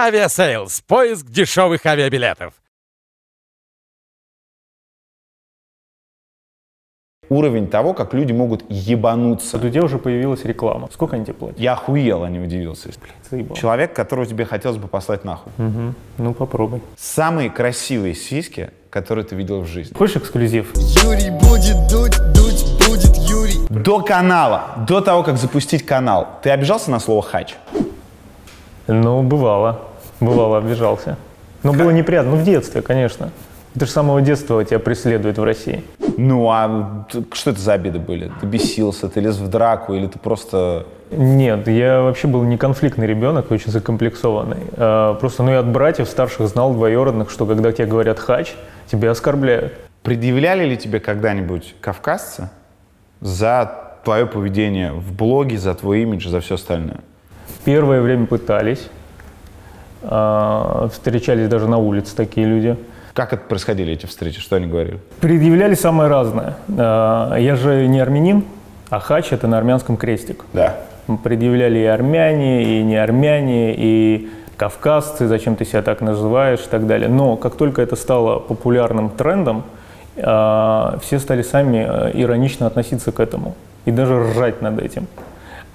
Авиасейлс. Поиск дешевых авиабилетов. Уровень того, как люди могут ебануться. В Дуде уже появилась реклама. Сколько они тебе платят? Я охуел, а не удивился. Заебал. Человек, которого тебе хотелось бы послать нахуй. Ну попробуй. Самые красивые сиськи, которые ты видел в жизни. Хочешь эксклюзив? Юрий будет дуть, дуть будет Юрий. До канала, до того, как запустить канал. Ты обижался на слово хач? Ну, бывало. Бывало, обижался. Но было неприятно. Ну, в детстве, конечно. Это же с самого детства тебя преследует в России. Ну, а т- что это за обиды были? Ты бесился, ты лез в драку, или ты просто... Нет, я вообще был не конфликтный ребенок, очень закомплексованный. А, Просто, ну, я от братьев старших знал двоюродных, что когда тебе говорят «хач», тебя оскорбляют. Предъявляли ли тебе когда-нибудь кавказцы за твое поведение в блоге, за твой имидж, за все остальное? Первое время пытались. А, Встречались даже на улице такие люди. Как это происходили эти встречи? Что они говорили? Предъявляли самое разное. А, Я же не армянин, а хач – это на армянском крестик. Да. Предъявляли и армяне, и не армяне, и кавказцы, зачем ты себя так называешь и так далее. Но как только это стало популярным трендом, а, все стали сами э, иронично относиться к этому и даже ржать над этим.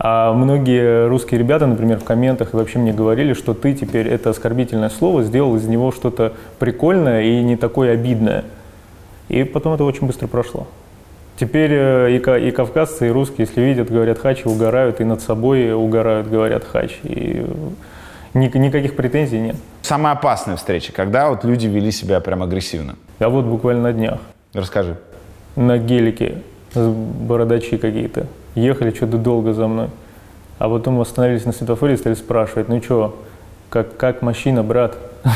А многие русские ребята, например, в комментах и вообще мне говорили, что ты теперь это оскорбительное слово сделал из него что-то прикольное и не такое обидное. И потом это очень быстро прошло. Теперь э, и, ка- и кавказцы, и русские, если видят, говорят хач, и угорают, и над собой угорают, говорят хач. И э, ни- никаких претензий нет. Самая опасная встреча, когда вот люди вели себя прям агрессивно. А вот буквально на днях Расскажи. на гелике с- бородачи какие-то ехали что-то долго за мной. А потом остановились на светофоре и стали спрашивать, ну что, как, как машина, брат?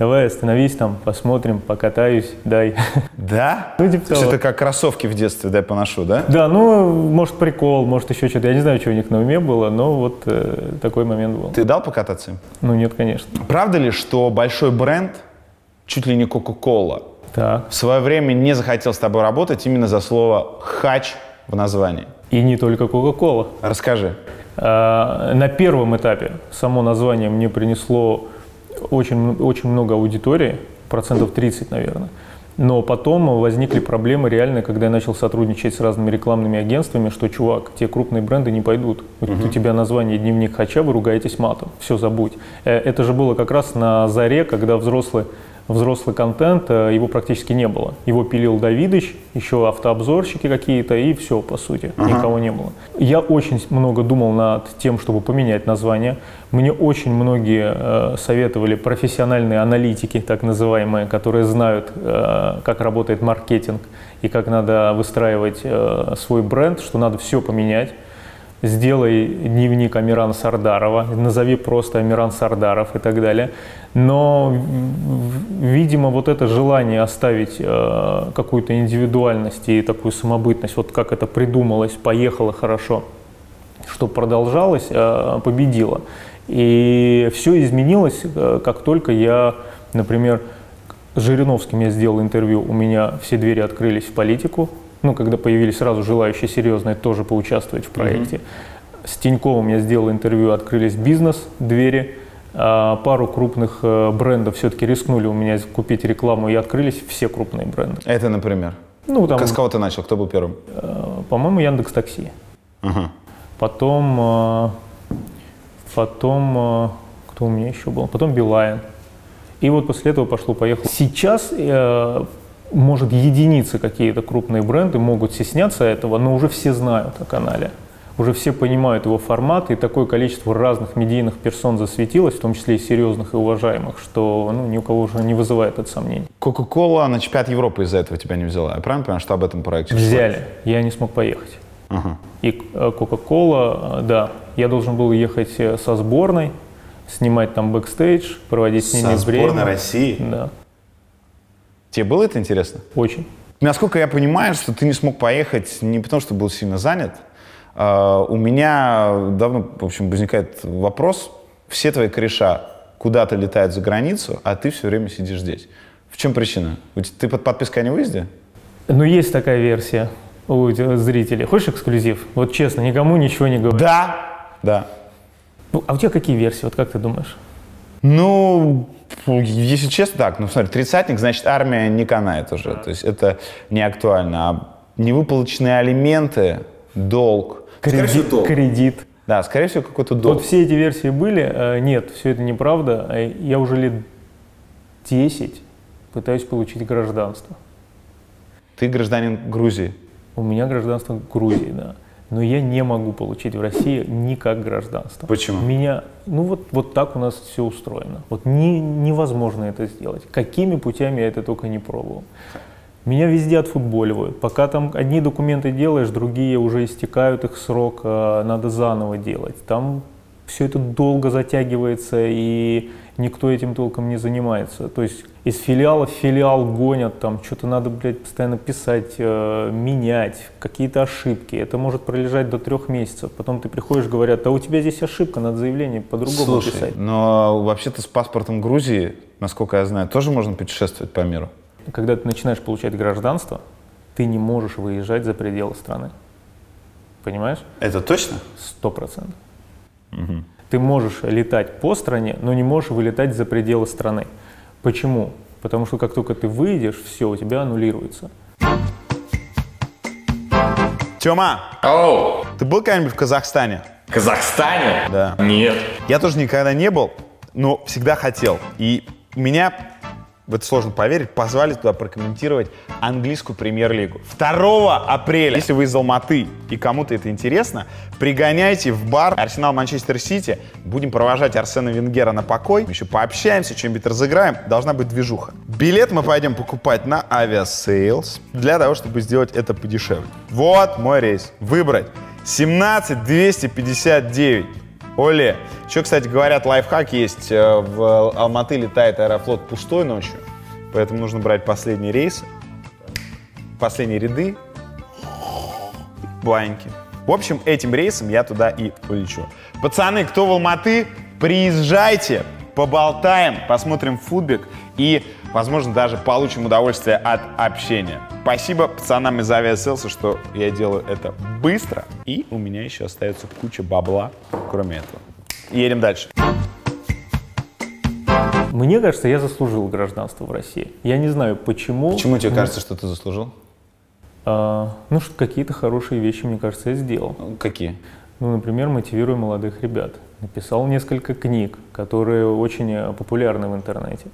Давай остановись там, посмотрим, покатаюсь, дай. Да? Ну, типа То есть того. это как кроссовки в детстве, дай поношу, да? Да, ну, может, прикол, может, еще что-то. Я не знаю, что у них на уме было, но вот э, такой момент был. Ты дал покататься им? Ну, нет, конечно. Правда ли, что большой бренд, чуть ли не Кока-Кола, Так. в свое время не захотел с тобой работать именно за слово «хач» в названии? И не только Кока-Кола. Расскажи. А, На первом этапе само название мне принесло очень, м- очень много аудитории, процентов 30, наверное. Но потом возникли проблемы реально, когда я начал сотрудничать с разными рекламными агентствами, что, чувак, те крупные бренды не пойдут. У- У тебя название «Дневник Хача», вы ругаетесь матом, все, забудь. Э, Это же было как раз на заре, когда взрослый, взрослый контент, э, его практически не было. Его пилил Давидыч, еще автообзорщики какие-то, и все, по сути, никого не было. Я очень с- много думал над тем, чтобы поменять название. Мне очень многие э, советовали профессиональные аналитики, так называемые, которые знают, э, как работает маркетинг и как надо выстраивать э, свой бренд, что надо все поменять. Сделай дневник Амирана Сардарова, назови просто Амиран Сардаров и так далее. Но, в- в- видимо, вот это желание оставить э, какую-то индивидуальность и такую самобытность, вот как это придумалось, поехало хорошо, что продолжалось, э, победило. И все изменилось, э, как только я, например, с Жириновским я сделал интервью, у меня все двери открылись в политику, ну, когда появились сразу желающие серьезные тоже поучаствовать в проекте. С Тиньковым я сделал интервью, открылись бизнес, двери. А, Пару крупных э, брендов все-таки рискнули у меня купить рекламу, и открылись все крупные бренды. Это, например. Ну, там, С кого ты начал? Кто был первым? э, по-моему, Яндекс Такси. Ага. Потом, э, потом, э, кто у меня еще был? Потом Билайн. И вот после этого пошло-поехало. Сейчас, э, может, единицы какие-то крупные бренды могут стесняться этого, но уже все знают о канале. Уже все понимают его формат, и такое количество разных медийных персон засветилось, в том числе и серьезных и уважаемых, что ну, ни у кого уже не вызывает это сомнений. Кока-кола на чемпионат Европы из-за этого тебя не взяла. Я правильно понимаю, что об этом проекте? Взяли, я не смог поехать. Ага. И э, Coca-Cola, э, да, я должен был ехать э, со сборной, снимать там бэкстейдж, проводить с ними время. России. Да, Тебе было это интересно? очень. Насколько я понимаю, что ты не смог поехать не потому, что был сильно занят. А, У меня давно, в общем, возникает вопрос. Все твои кореша куда-то летают за границу, а ты все время сидишь здесь. В чем причина? У тебя- Ты под подпиской о невыезде? Но есть такая версия у э, зрителей. Хочешь эксклюзив? Вот честно, никому ничего не говорю. Да. Да. Ну, а у тебя какие версии? Вот как ты думаешь? Ну, фу, если честно, так, ну смотри, тридцатник, значит, армия не канает уже. То есть это не актуально. А невыплаченные алименты, долг. Скорее всего, Кредит. долг. кредит. Да, скорее всего, какой-то долг. Вот все эти версии были. э, Нет, все это неправда. Э, Я уже лет 10 пытаюсь получить гражданство. Ты гражданин Грузии. У меня гражданство Грузии, да. Но я не могу получить в России никак гражданство. Почему? Меня, ну вот, вот так у нас все устроено. Вот не- невозможно это сделать. Какими путями я это только не пробовал. Меня везде отфутболивают. Пока там одни документы делаешь, другие уже истекают их срок, а надо заново делать. Там все это долго затягивается, и никто этим толком не занимается. То есть из филиала в филиал гонят, там что-то надо, блядь, постоянно писать, э, менять, какие-то ошибки. Это может пролежать до трех месяцев. Потом ты приходишь, говорят, а у тебя здесь ошибка, надо заявление по-другому Слушай, писать. но вообще-то с паспортом Грузии, насколько я знаю, тоже можно путешествовать по миру. Когда ты начинаешь получать гражданство, ты не можешь выезжать за пределы страны. Понимаешь? Это точно? Сто процентов. Ты можешь летать по стране, но не можешь вылетать за пределы страны. Почему? Потому что как только ты выйдешь, все, у тебя аннулируется. Тёма, Оу, ты был когда-нибудь в Казахстане? в Казахстане? Да. Нет. Я тоже никогда не был, но всегда хотел. И меня, в это сложно поверить, позвали туда прокомментировать английскую премьер-лигу. 2 апреля, если вы из Алматы и кому-то это интересно, пригоняйте в бар Арсенал Манчестер Сити. Будем провожать Арсена Венгера на покой. Еще пообщаемся, что-нибудь разыграем. Должна быть движуха. Билет мы пойдем покупать на авиасейлс для того, чтобы сделать это подешевле. Вот мой рейс. Выбрать 17 259. Оле. Еще, кстати, говорят, лайфхак есть. э, В Алматы летает аэрофлот пустой ночью, поэтому нужно брать последний рейс, последние ряды, баньки. В общем, этим рейсом я туда и улечу. Пацаны, кто в Алматы, приезжайте, поболтаем, посмотрим футбик и, возможно, даже получим удовольствие от общения. Спасибо пацанам из авиаселса, что я делаю это быстро. И у меня еще остается куча бабла, кроме этого. Едем дальше. Мне кажется, я заслужил гражданство в России. Я не знаю, почему. тебе кажется, что ты заслужил? А, ну, что какие-то хорошие вещи, мне кажется, я сделал. Какие? Ну, например, мотивирую молодых ребят. Написал несколько книг, которые очень э, популярны в интернете.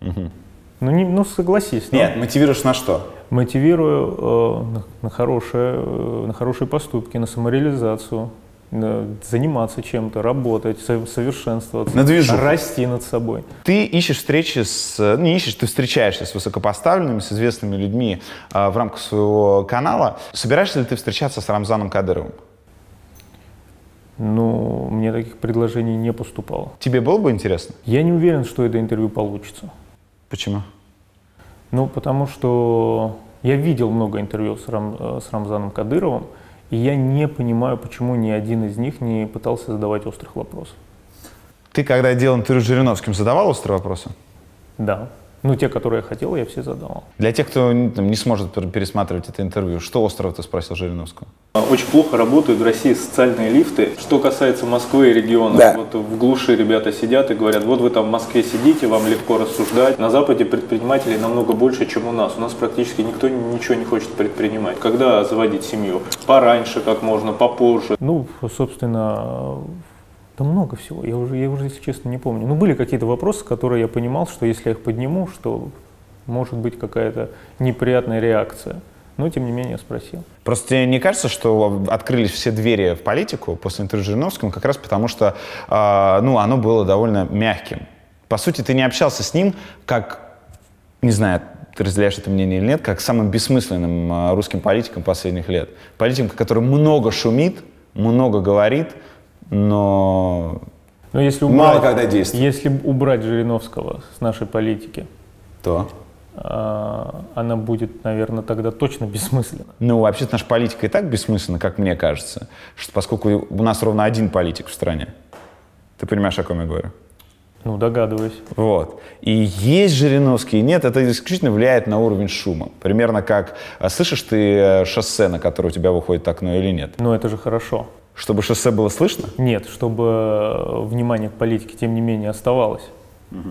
Ну, не, ну, согласись. ну, Нет, мотивируешь на что? мотивирую э, на, на хорошее, э, на хорошие поступки, на самореализацию, на заниматься чем-то, работать, со- совершенствоваться, На движуху. расти над собой. Ты ищешь встречи с... э, Не ищешь, ты встречаешься с высокопоставленными, с известными людьми э, в рамках своего канала. Собираешься ли ты встречаться с Рамзаном Кадыровым? Но Ну, мне таких предложений не поступало. Тебе было бы интересно? Я не уверен, что это интервью получится. Почему? Ну, потому что я видел много интервью с, Рам- э, с Рамзаном Кадыровым, и я не понимаю, почему ни один из них не пытался задавать острых вопросов. Ты, когда делал интервью с Жириновским, задавал острые вопросы? Да. Ну, те, которые я хотел, я все задавал. Для тех, кто м, там, не сможет пер- пересматривать это интервью, что острого ты спросил Жириновского? Очень плохо работают в России социальные лифты. Что касается Москвы и регионов, вот в глуши ребята сидят и говорят, вот вы там в Москве сидите, вам легко рассуждать. На Западе предпринимателей намного больше, чем у нас. У нас практически никто ничего не хочет предпринимать. Когда заводить семью? Пораньше, как можно, попозже. Ну, собственно, да много всего. Я уже, я уже, если честно, не помню. Ну, были какие-то вопросы, которые я понимал, что если я их подниму, что может быть какая-то неприятная реакция. Но, тем не менее, я спросил. Просто тебе не кажется, что открылись все двери в политику после интервью с Жириновским, как раз потому что а, ну, оно было довольно мягким. По сути, ты не общался с ним как, не знаю, ты разделяешь это мнение или нет, как с самым бессмысленным а, русским политиком последних лет. Политиком, который много шумит, много говорит, но... Но Ну, если убрать, Мало когда действует. Если б убрать Жириновского с нашей политики, То? а, она будет, наверное, тогда точно бессмысленна. Ну, вообще-то наша политика и так бессмысленна, как мне кажется, что поскольку у нас ровно один политик в стране. Ты понимаешь, о ком я говорю? Ну, догадываюсь. Вот. И есть Жириновский, и нет, это исключительно влияет на уровень шума. Примерно как, а, слышишь ты э, шоссе, на которое у тебя выходит окно или нет? Но это же хорошо. Чтобы шоссе было слышно? Нет, чтобы э, внимание к политике, тем не менее, оставалось.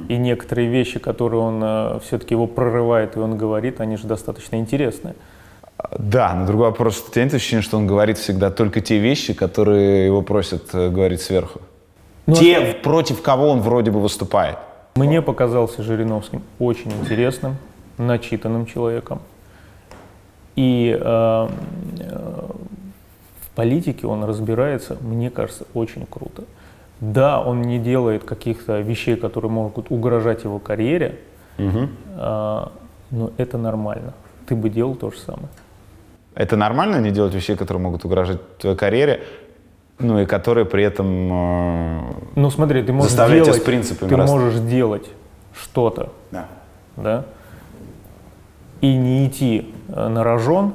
И некоторые вещи, которые он все-таки его прорывает и он говорит, они же достаточно интересные. Да, но другой вопрос, что у тебя нет ощущения, что он говорит всегда только те вещи, которые его просят э, говорить сверху? те, против кого он вроде бы выступает. Мне показался Жириновским очень интересным, начитанным человеком. И э, э, в политике он разбирается, мне кажется, очень круто. Да, он не делает каких-то вещей, которые могут угрожать его карьере, э, но это нормально. Ты бы делал то же самое. Это нормально не делать вещей, которые могут угрожать твоей карьере, ну и которые при этом... э, Ну смотри, ты можешь Заставлять тебя делать, с принципами ты расстаться. можешь делать что-то, да, и не идти э, на рожон,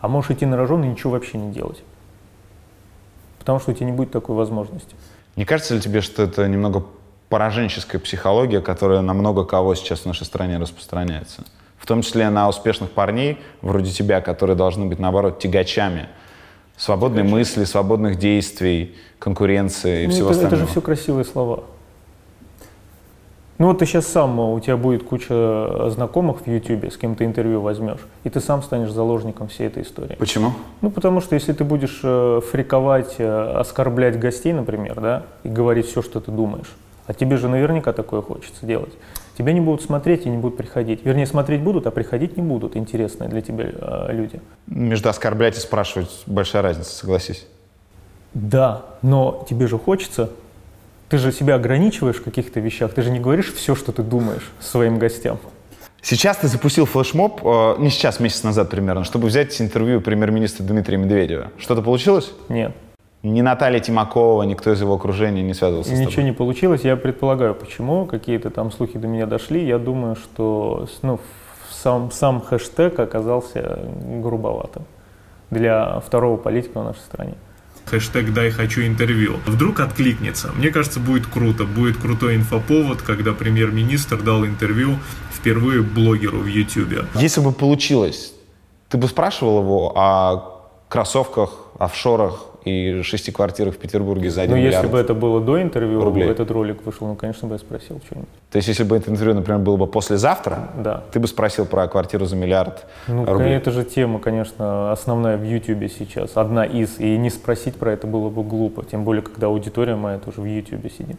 а можешь идти на рожон и ничего вообще не делать. Потому что у тебя не будет такой возможности. Не кажется ли тебе, что это немного пораженческая психология, которая на много кого сейчас в нашей стране распространяется? В том числе на успешных парней, вроде тебя, которые должны быть, наоборот, тягачами свободной мысли, свободных действий, конкуренции и Ну, всего это, это остального. же все красивые слова. Ну вот ты сейчас сам, э, у тебя будет куча э, знакомых в Ютубе, с кем ты интервью возьмешь, и ты сам станешь заложником всей этой истории. Почему? Ну, потому что если ты будешь э, фриковать, э, оскорблять гостей, например, да, и говорить все, что ты думаешь, а тебе же наверняка такое хочется делать. Тебя не будут смотреть и не будут приходить. Вернее, смотреть будут, а приходить не будут интересные для тебя э, люди. Между оскорблять и спрашивать большая разница, согласись. Да, но тебе же хочется. Ты же себя ограничиваешь в каких-то вещах. Ты же не говоришь все, что ты думаешь своим гостям. Сейчас ты запустил флешмоб, э, не сейчас, месяц назад примерно, чтобы взять интервью премьер-министра Дмитрия Медведева. Что-то получилось? Нет, Ни Наталья Тимакова, никто из его окружения не связывался с тобой? ничего не получилось. Я предполагаю, почему. Какие-то там слухи до меня дошли. Я думаю, что с- ну, в- сам, сам хэштег оказался грубоватым для второго политика в нашей стране. Хэштег «Дай хочу интервью». Вдруг откликнется. Мне кажется, будет круто. Будет крутой инфоповод, когда премьер-министр дал интервью впервые блогеру в Ютьюбе. Если бы получилось, ты бы спрашивал его о кроссовках, офшорах и шести квартирах в Петербурге за один Но миллиард? Ну, если бы это было до интервью, рублей. этот ролик вышел, ну, конечно бы я спросил что-нибудь. То есть если бы это интервью, например, было бы послезавтра, Да. ты бы спросил про квартиру за миллиард Ну, рублей. это же тема, конечно, основная в Ютубе сейчас, одна из, и не спросить про это было бы глупо, тем более, когда аудитория моя тоже в Ютубе сидит.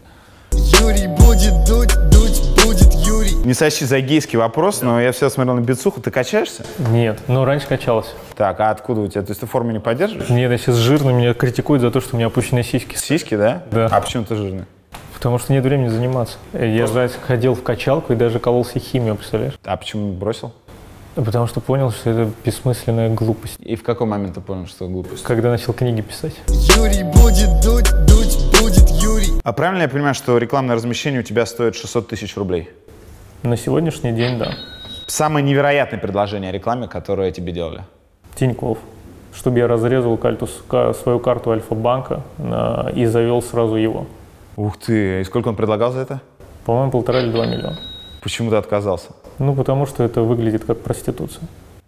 Юрий будет дуть, дуть будет Юрий. Не сочти за гейский вопрос, но я всегда смотрел на бицуху. Ты качаешься? Нет, ну раньше качался. Так, а откуда у тебя? То есть ты форму не поддерживаешь? Нет, я сейчас жирный, меня критикуют за то, что у меня опущенные сиськи, Сиськи, да? Да. А почему ты жирный? потому что нет времени заниматься. Я раньше ходил в качалку и даже кололся химию, представляешь? А почему бросил? Потому что понял, что это бессмысленная глупость. И в какой момент ты понял, что глупость? Когда начал книги писать. Юрий будет дуть, дуть будет Юрий. А правильно я понимаю, что рекламное размещение у тебя стоит 600 тысяч рублей? На сегодняшний день, да. Самое невероятное предложение о рекламе, которое тебе делали? Тиньков, чтобы я разрезал кальтус- ка- свою карту Альфа-банка на- и завел сразу его. Ух ты, и сколько он предлагал за это? По-моему, полтора или два миллиона. Почему ты отказался? Ну, потому что это выглядит как проституция,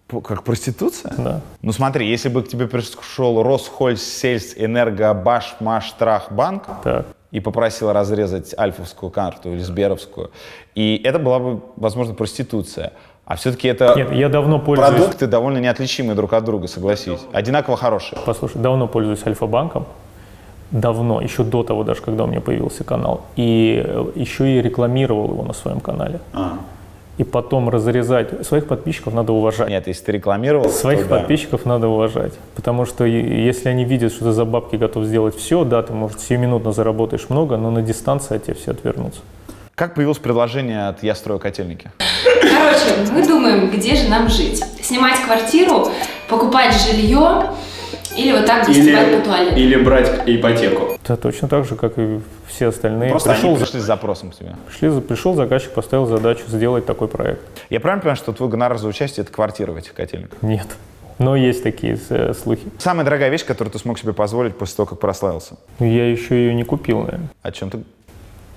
П- Как проституция? да. Ну смотри, если бы к тебе пришел Росхольсельсэнергобашмаштрахбанк Так. и попросил разрезать альфовскую карту или сберовскую, и это была бы, возможно, проституция. А все-таки это Нет, я давно пользуюсь... продукты довольно неотличимые друг от друга, согласись. Одинаково хорошие. Послушай, давно пользуюсь Альфа-банком. Давно, еще до того даже, когда у меня появился канал. И э, еще и рекламировал его на своем канале. А. И потом разрезать... Своих подписчиков надо уважать. Нет, если ты рекламировал, Своих то да. подписчиков надо уважать, потому что е- если они видят, что ты за бабки готов сделать все, да, ты, может, сиюминутно заработаешь много, но на дистанции от тебя все отвернутся. Как появилось предложение от «Я строю котельники»? Короче, мы думаем, где же нам жить. Снимать квартиру, покупать жилье или вот так гостевать по туалету. или брать ипотеку. Это точно так же, как и все остальные. Просто пришел, они пришли с запросом к тебе. пришли за- пришел заказчик, поставил задачу сделать такой проект. Я правильно понимаю, что твой гонорар за участие – это квартира в этих котельниках? Нет. Но есть такие э, слухи. Самая дорогая вещь, которую ты смог себе позволить после того, как прославился? Я еще ее не купил, наверное. О чем ты?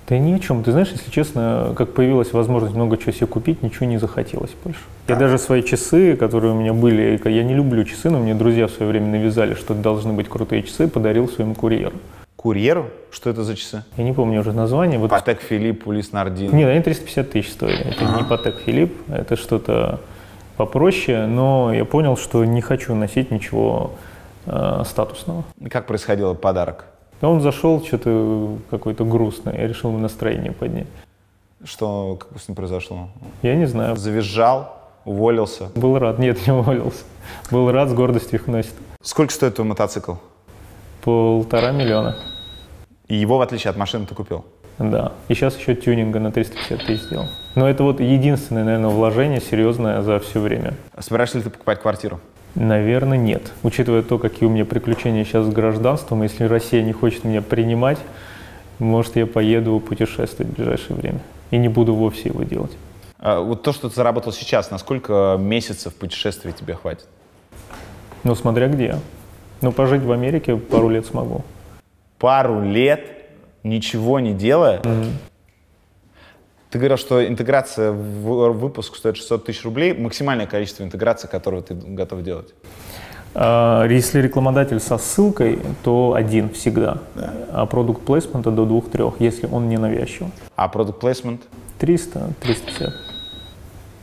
Да ни о чем. Ты знаешь, если честно, как появилась возможность много чего себе купить, ничего не захотелось больше. Я даже свои часы, которые у меня были, и я не люблю часы, но мне друзья в свое время навязали, что должны быть крутые часы, подарил своему курьеру. Курьеру? Что это за часы? Я не помню уже название. Вот Патек Филипп, Улис Нардин. Нет, они 350 тысяч стоили. Это не Патек Филипп, это что-то попроще, но я понял, что не хочу носить ничего э, статусного. Как происходил подарок? Но он зашел, что-то какой-то грустный, я решил ему настроение поднять. Что как бы с ним произошло? Я не знаю, Завизжал, уволился. был рад, нет, не уволился. Был рад, с гордостью их носит. Сколько стоит твой мотоцикл? Полтора миллиона, И его, в отличие от машины, ты купил? да. И сейчас еще тюнинга на 350 тысяч сделал. Но это вот единственное, наверное, вложение серьезное за все время. Собираешься ли ты покупать квартиру? Наверное, нет. Учитывая то, какие у меня приключения сейчас с гражданством, если Россия не хочет меня принимать, может, я поеду путешествовать в ближайшее время. И не буду вовсе его делать. А, Вот то, что ты заработал сейчас, на сколько месяцев путешествий тебе хватит? Но смотря где. Но пожить в Америке пару лет смогу. Пару лет ничего не делая? Ты говорил, что интеграция в выпуск стоит 600 тысяч рублей. Максимальное количество интеграции, которую ты готов делать. А, Если рекламодатель со ссылкой, то один всегда. А продукт плейсмента до двух-трех, если он не навязчив. А продукт плейсмент? 300, 350.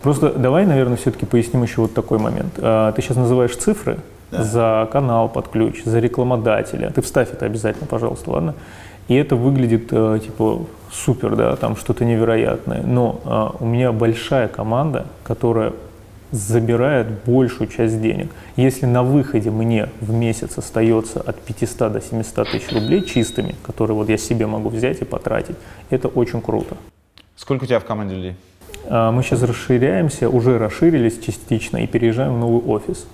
Просто давай, наверное, все-таки поясним еще вот такой момент. А, Ты сейчас называешь цифры за канал под ключ, за рекламодателя. Ты вставь это обязательно, пожалуйста, ладно? И это выглядит э, типа супер, да, там что-то невероятное. Но а, у меня большая команда, которая забирает большую часть денег. Если на выходе мне в месяц остается от 500 до 700 тысяч рублей чистыми, которые вот я себе могу взять и потратить, это очень круто. Сколько у тебя в команде людей? А, Мы сейчас расширяемся, уже расширились частично и переезжаем в новый офис.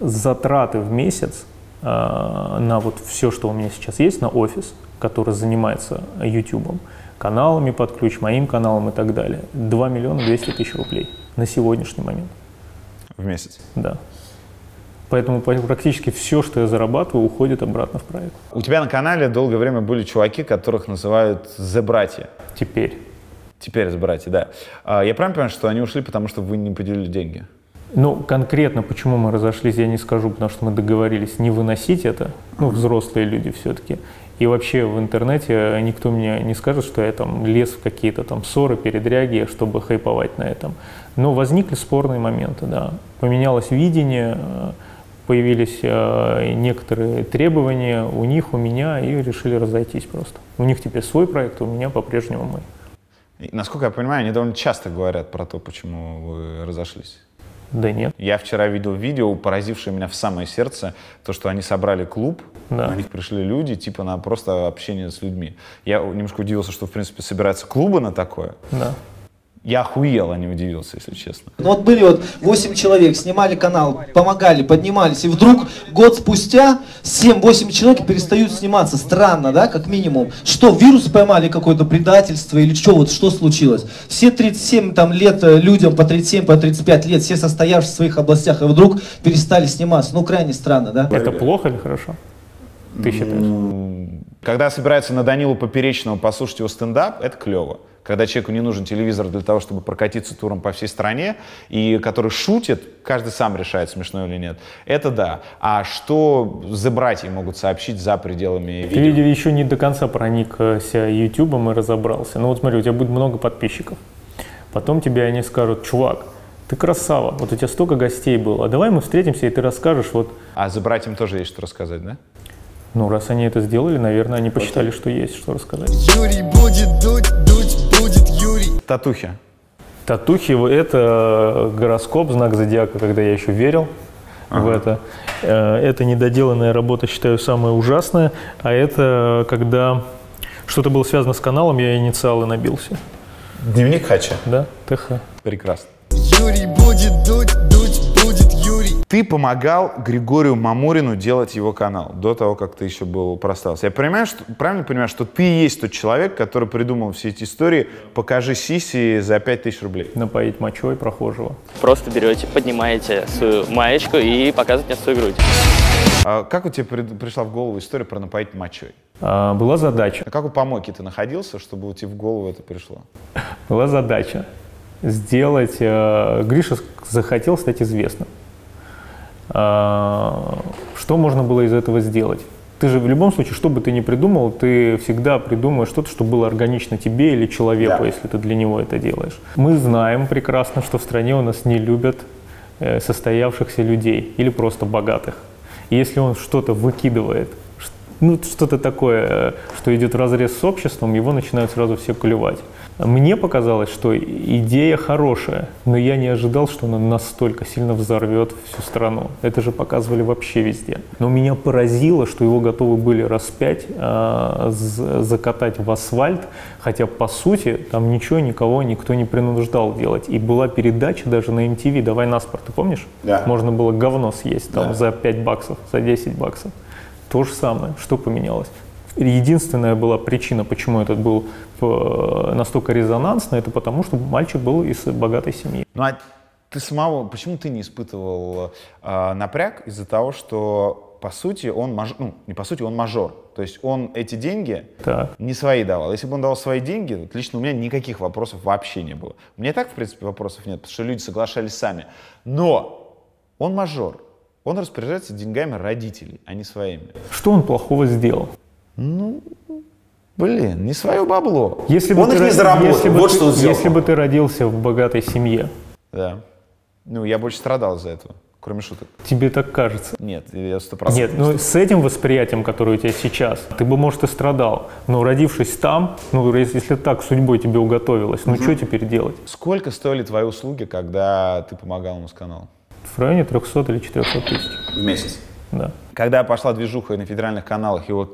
Затраты в месяц а, на вот все, что у меня сейчас есть, на офис, который занимается YouTube, каналами под ключ, моим каналом и так далее, 2 миллиона 200 тысяч рублей на сегодняшний момент, В месяц. да. Поэтому по- практически все, что я зарабатываю, уходит обратно в проект. У тебя на канале долгое время были чуваки, которых называют «The братья». Теперь. Теперь «The братья», да. А, Я правильно понимаю, что они ушли, потому что вы не поделили деньги? Ну, конкретно, почему мы разошлись, я не скажу, потому что мы договорились не выносить это. Ну, взрослые люди все-таки. И вообще в интернете э, никто мне не скажет, что я там лез в какие-то там ссоры, передряги, чтобы хайповать на этом. Но возникли спорные моменты, да. Поменялось видение, э, появились э, некоторые требования у них, у меня, и решили разойтись просто. У них теперь свой проект, у меня по-прежнему мой. И, насколько я понимаю, они довольно часто говорят про то, почему вы разошлись. Да нет. Я вчера видел видео, поразившее меня в самое сердце, то, что они собрали клуб, Да. на них пришли люди, типа на просто общение с людьми. Я немножко удивился, что, в принципе, собираются клубы на такое. Да. Я охуел, а не удивился, если честно. Ну вот были вот 8 человек, снимали канал, помогали, поднимались, и вдруг год спустя 7-8 человек перестают сниматься. Странно, да, как минимум. Что, вирус поймали какое-то предательство или что, вот что случилось? Все 37 там лет э, людям по 37, по 35 лет, все состоявшие в своих областях, и вдруг перестали сниматься. Ну, крайне странно, да? Это плохо или хорошо? Ты считаешь? Когда собираются на Данилу Поперечного послушать его стендап, это клево. Когда человеку не нужен телевизор для того, чтобы прокатиться туром по всей стране, и который шутит, каждый сам решает, смешно или нет. Это да. А что за братья могут сообщить за пределами Ты, видео? видимо, еще не до конца проникся Ютубом и разобрался. Ну вот смотри, у тебя будет много подписчиков. Потом тебе они скажут, чувак, ты красава, вот у тебя столько гостей было, а давай мы встретимся, и ты расскажешь, вот, А за братьям тоже есть что рассказать, да? ну, раз они это сделали, наверное, они посчитали, что есть, что рассказать. Юрий будет дуть, дуть будет Юрий. Татухи. Татухи – это э, гороскоп, знак зодиака, когда я еще верил в это. Э, Это недоделанная работа, считаю, самая ужасная, а это когда что-то было связано с каналом, я инициалы набился, Дневник Хача. да, ТХ. Прекрасно. Юрий будет дуть, дуть будет Юрий. Ты помогал Григорию Мамурину делать его канал до того, как ты еще был проставился. Я понимаю, что, правильно понимаю, что ты и есть тот человек, который придумал все эти истории «покажи сиси за 5000 рублей». напоить мочой прохожего. Просто берете, поднимаете свою маечку и показываете свою грудь. А как у тебя прид- пришла в голову история про напоить мочой? А, была задача. На какой помойке ты находился, чтобы у тебя в голову это пришло? Была задача сделать... э, Гриша ск- захотел стать известным. А, Что можно было из этого сделать? Ты же в любом случае, что бы ты ни придумал, ты всегда придумаешь что-то, что было органично тебе или человеку, Да. если ты для него это делаешь. Мы знаем прекрасно, что в стране у нас не любят э, состоявшихся людей или просто богатых. И если он что-то выкидывает, ш- ну, что-то такое, э, что идет в разрез с обществом, его начинают сразу все клевать. Мне показалось, что идея хорошая, но я не ожидал, что она настолько сильно взорвет всю страну. Это же показывали вообще везде. Но меня поразило, что его готовы были распять, а, з- закатать в асфальт, хотя по сути там ничего, никого, никто не принуждал делать. И была передача даже на MTV «Давай наспорт», ты помнишь? Да. Можно было говно съесть там за 5 баксов, за 10 баксов. То же самое, что поменялось. Единственная была причина, почему этот был э, настолько резонансно, это потому, что мальчик был из богатой семьи. Ну а ты самого, почему ты не испытывал э, напряг из-за того, что по сути он мажор, ну не по сути, он мажор. То есть он эти деньги Так. не свои давал. Если бы он давал свои деньги, вот лично у меня никаких вопросов вообще не было. У меня и так, в принципе, вопросов нет, потому что люди соглашались сами. Но он мажор. Он распоряжается деньгами родителей, а не своими. Что он плохого сделал? Блин, не свое бабло. Если бы он ты их не ро- заработал. если бы вот ты- что он сделал. Если бы ты родился в богатой семье, Да. Ну, я больше страдал из-за этого, кроме шуток. тебе так кажется. Нет, я сто процентов. Нет, ну с этим восприятием, которое у тебя сейчас, ты бы, может, и страдал, но родившись там, ну, если если так судьбой тебе уготовилось, ну, что теперь делать? Сколько стоили твои услуги, когда ты помогал ему с каналом? В районе 300 или 400 тысяч, В месяц. да, Когда пошла движуха и на федеральных каналах, его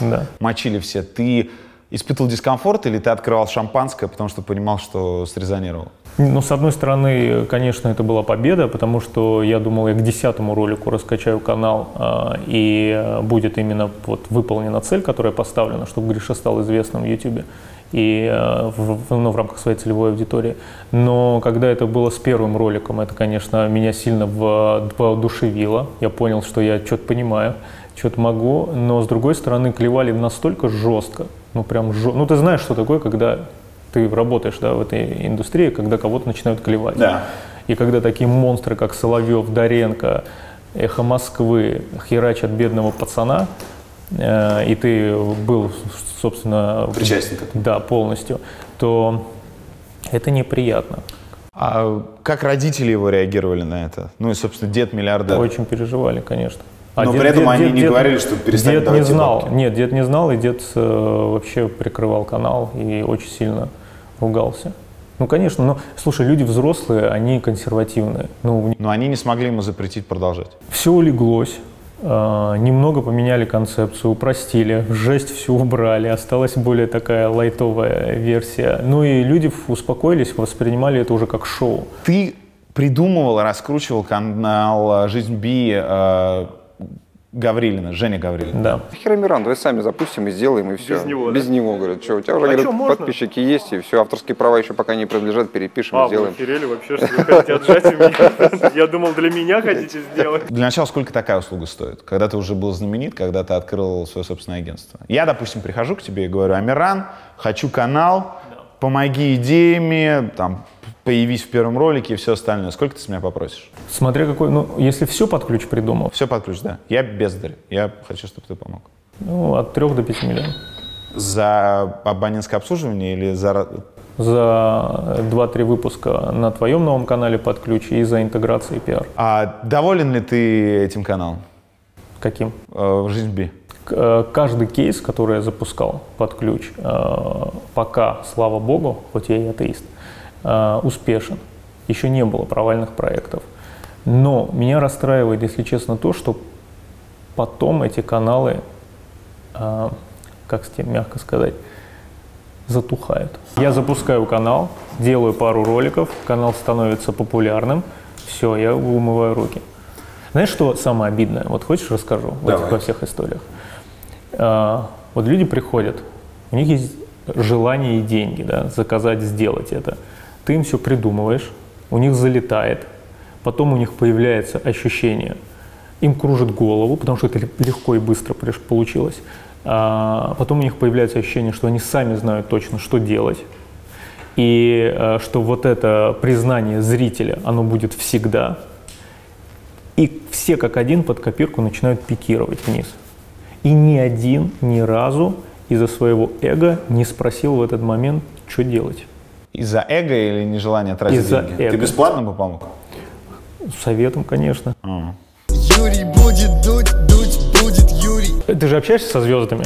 да. мочили все, ты испытывал дискомфорт или ты открывал шампанское, потому что понимал, что срезонировал? Ну, с одной стороны, конечно, это была победа, потому что я думал, я к десятому ролику раскачаю канал, а, и э, будет именно вот выполнена цель, которая поставлена, чтобы Гриша стал известным в Ютубе и э, в, в- ну, в рамках своей целевой аудитории. Но когда это было с первым роликом, это, конечно, меня сильно во- воодушевило. Я понял, что я что-то понимаю, что-то могу, но, с другой стороны, клевали настолько жестко, ну, прям жестко. Ну, ты знаешь, что такое, когда ты работаешь да, в этой индустрии, когда кого-то начинают клевать. Да. И когда такие монстры, как Соловьев, Доренко, Эхо Москвы херачат бедного пацана, э, и ты был, собственно... Причастен к этому. Да, полностью. То это неприятно. А как родители его реагировали на это? Ну и, собственно, дед миллиардер. Очень переживали, конечно. А Но при этом они не говорили, что перестань Дед не давать тебе знал. бабки. Нет, дед не знал, и дед э, вообще прикрывал канал и очень сильно ругался. Ну, конечно, но, слушай, люди взрослые, они консервативные. Ну, у них Но они не смогли ему запретить продолжать. все улеглось, э, немного поменяли концепцию, упростили, жесть всю убрали, осталась более такая лайтовая версия. Ну и люди ф- успокоились, воспринимали это уже как шоу. Ты придумывал, раскручивал канал э, «Жизнь Би» э, Гаврилина, Женя Гаврилина. Да. Хера Миран, давай сами запустим и сделаем, и все. Без него, А Без него, говорят. Что, у тебя уже, говорят, подписчики есть, и все, авторские права еще пока не принадлежат, перепишем, и сделаем. вообще, что вы хотите отжать у меня. Я думал, для меня хотите сделать. Для начала, сколько такая услуга стоит? Когда ты уже был знаменит, когда ты открыл свое собственное агентство. Я, допустим, прихожу к тебе и говорю, Амиран, хочу канал, помоги идеями, там, появись в первом ролике и все остальное. Сколько ты с меня попросишь? Смотря какой, ну, если все под ключ придумал, Все под ключ, да. Я бездарь. Я хочу, чтобы ты помог. ну, от 3 до 5 миллионов. За абонентское обслуживание или за... ра- За 2-3 выпуска на твоем новом канале под ключ и за интеграцией пиар. А доволен ли ты этим каналом? Каким? Э, «Жизнь Би». К- э, каждый кейс, который я запускал под ключ, э, пока, слава богу, хоть я и атеист, э, успешен. Еще не было провальных проектов. Но меня расстраивает, если честно, то, что потом эти каналы, э, как с тем мягко сказать, затухают. Я запускаю канал, делаю пару роликов, канал становится популярным, все, я умываю руки. Знаешь, что самое обидное? Вот хочешь расскажу в этих во всех историях? А, Вот люди приходят, у них есть желание и деньги, да, заказать, сделать это. Ты им все придумываешь, у них залетает, потом у них появляется ощущение им кружит голову, потому что это ле- легко и быстро приш- получилось. А, Потом у них появляется ощущение, что они сами знают точно, что делать. И э, что вот это признание зрителя, оно будет всегда. И все как один под копирку начинают пикировать вниз. И ни один ни разу из-за своего эго не спросил в этот момент, что делать. Из-за эго или нежелания тратить Из-за деньги? Ты эго. бесплатно бы помог? С Советом, конечно. Юрий будет дуть, дуть, будет Юрий. Ты же общаешься со звездами?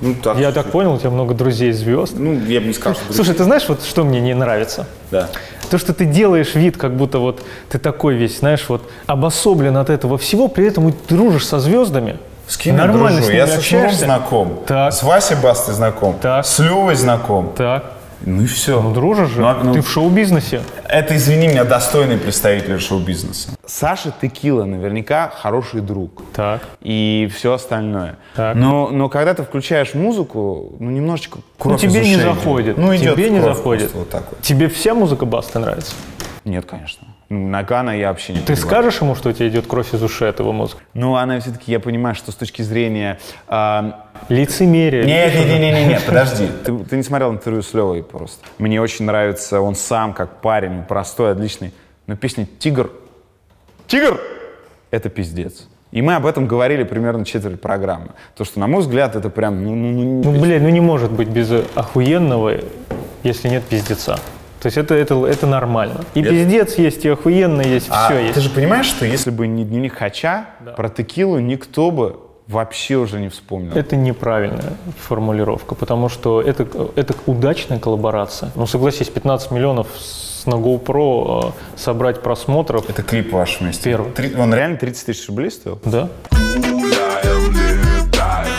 Ну, так. Я так понял, у тебя много друзей звезд. Ну, я бы не сказал, что... Слушай, ты знаешь, вот что мне не нравится? Да. То, что ты делаешь вид, как будто вот ты такой весь, знаешь, вот обособлен от этого всего, при этом и дружишь со звездами. С кем я Нормально дружу? с ними Я со Шнуром общаешься? знаком. Так. С Васей Бастой знаком. Так. С Левой знаком. Так, Ну и все. ну дружишь же, Ну, а- ну- ты в шоу-бизнесе. Это, извини меня, достойный представитель шоу-бизнеса. Саша Текила наверняка хороший друг. Так. И все остальное. Так. Но, но когда ты включаешь музыку, ну немножечко Ну, кровь из тебе не ушей. заходит. Ну идет тебе не кровь заходит. просто Вот так вот. Тебе вся музыка Баста нравится? Нет, конечно. Ну, Нагана я вообще не Ты понимаю. скажешь ему, что у тебя идет кровь из ушей от его музыки? Ну, она все-таки, я понимаю, что с точки зрения... а, Лицемерие. Нет, нет, нет, нет, нет, нет, подожди. Ты, ты не смотрел интервью с Левой просто. Мне очень нравится он сам, как парень, простой, отличный. Но песня «Тигр». «Тигр» — это пиздец. И мы об этом говорили примерно четверть программы. То, что, на мой взгляд, это прям... Ну, ну, ну, Ну, блин, ну не может быть без охуенного, если нет пиздеца. То есть это, это, это нормально. И пиздец есть, и охуенно есть, А все Ты есть. же понимаешь, что если бы не дневник Хача, про текилу никто бы вообще уже не вспомнил. Это неправильная формулировка, потому что это, это удачная коллаборация. Ну, согласись, 15 миллионов с, на GoPro э, собрать просмотров, Это клип ваш вместе. Первый. Три- он реально 30 тысяч рублей стоил? да?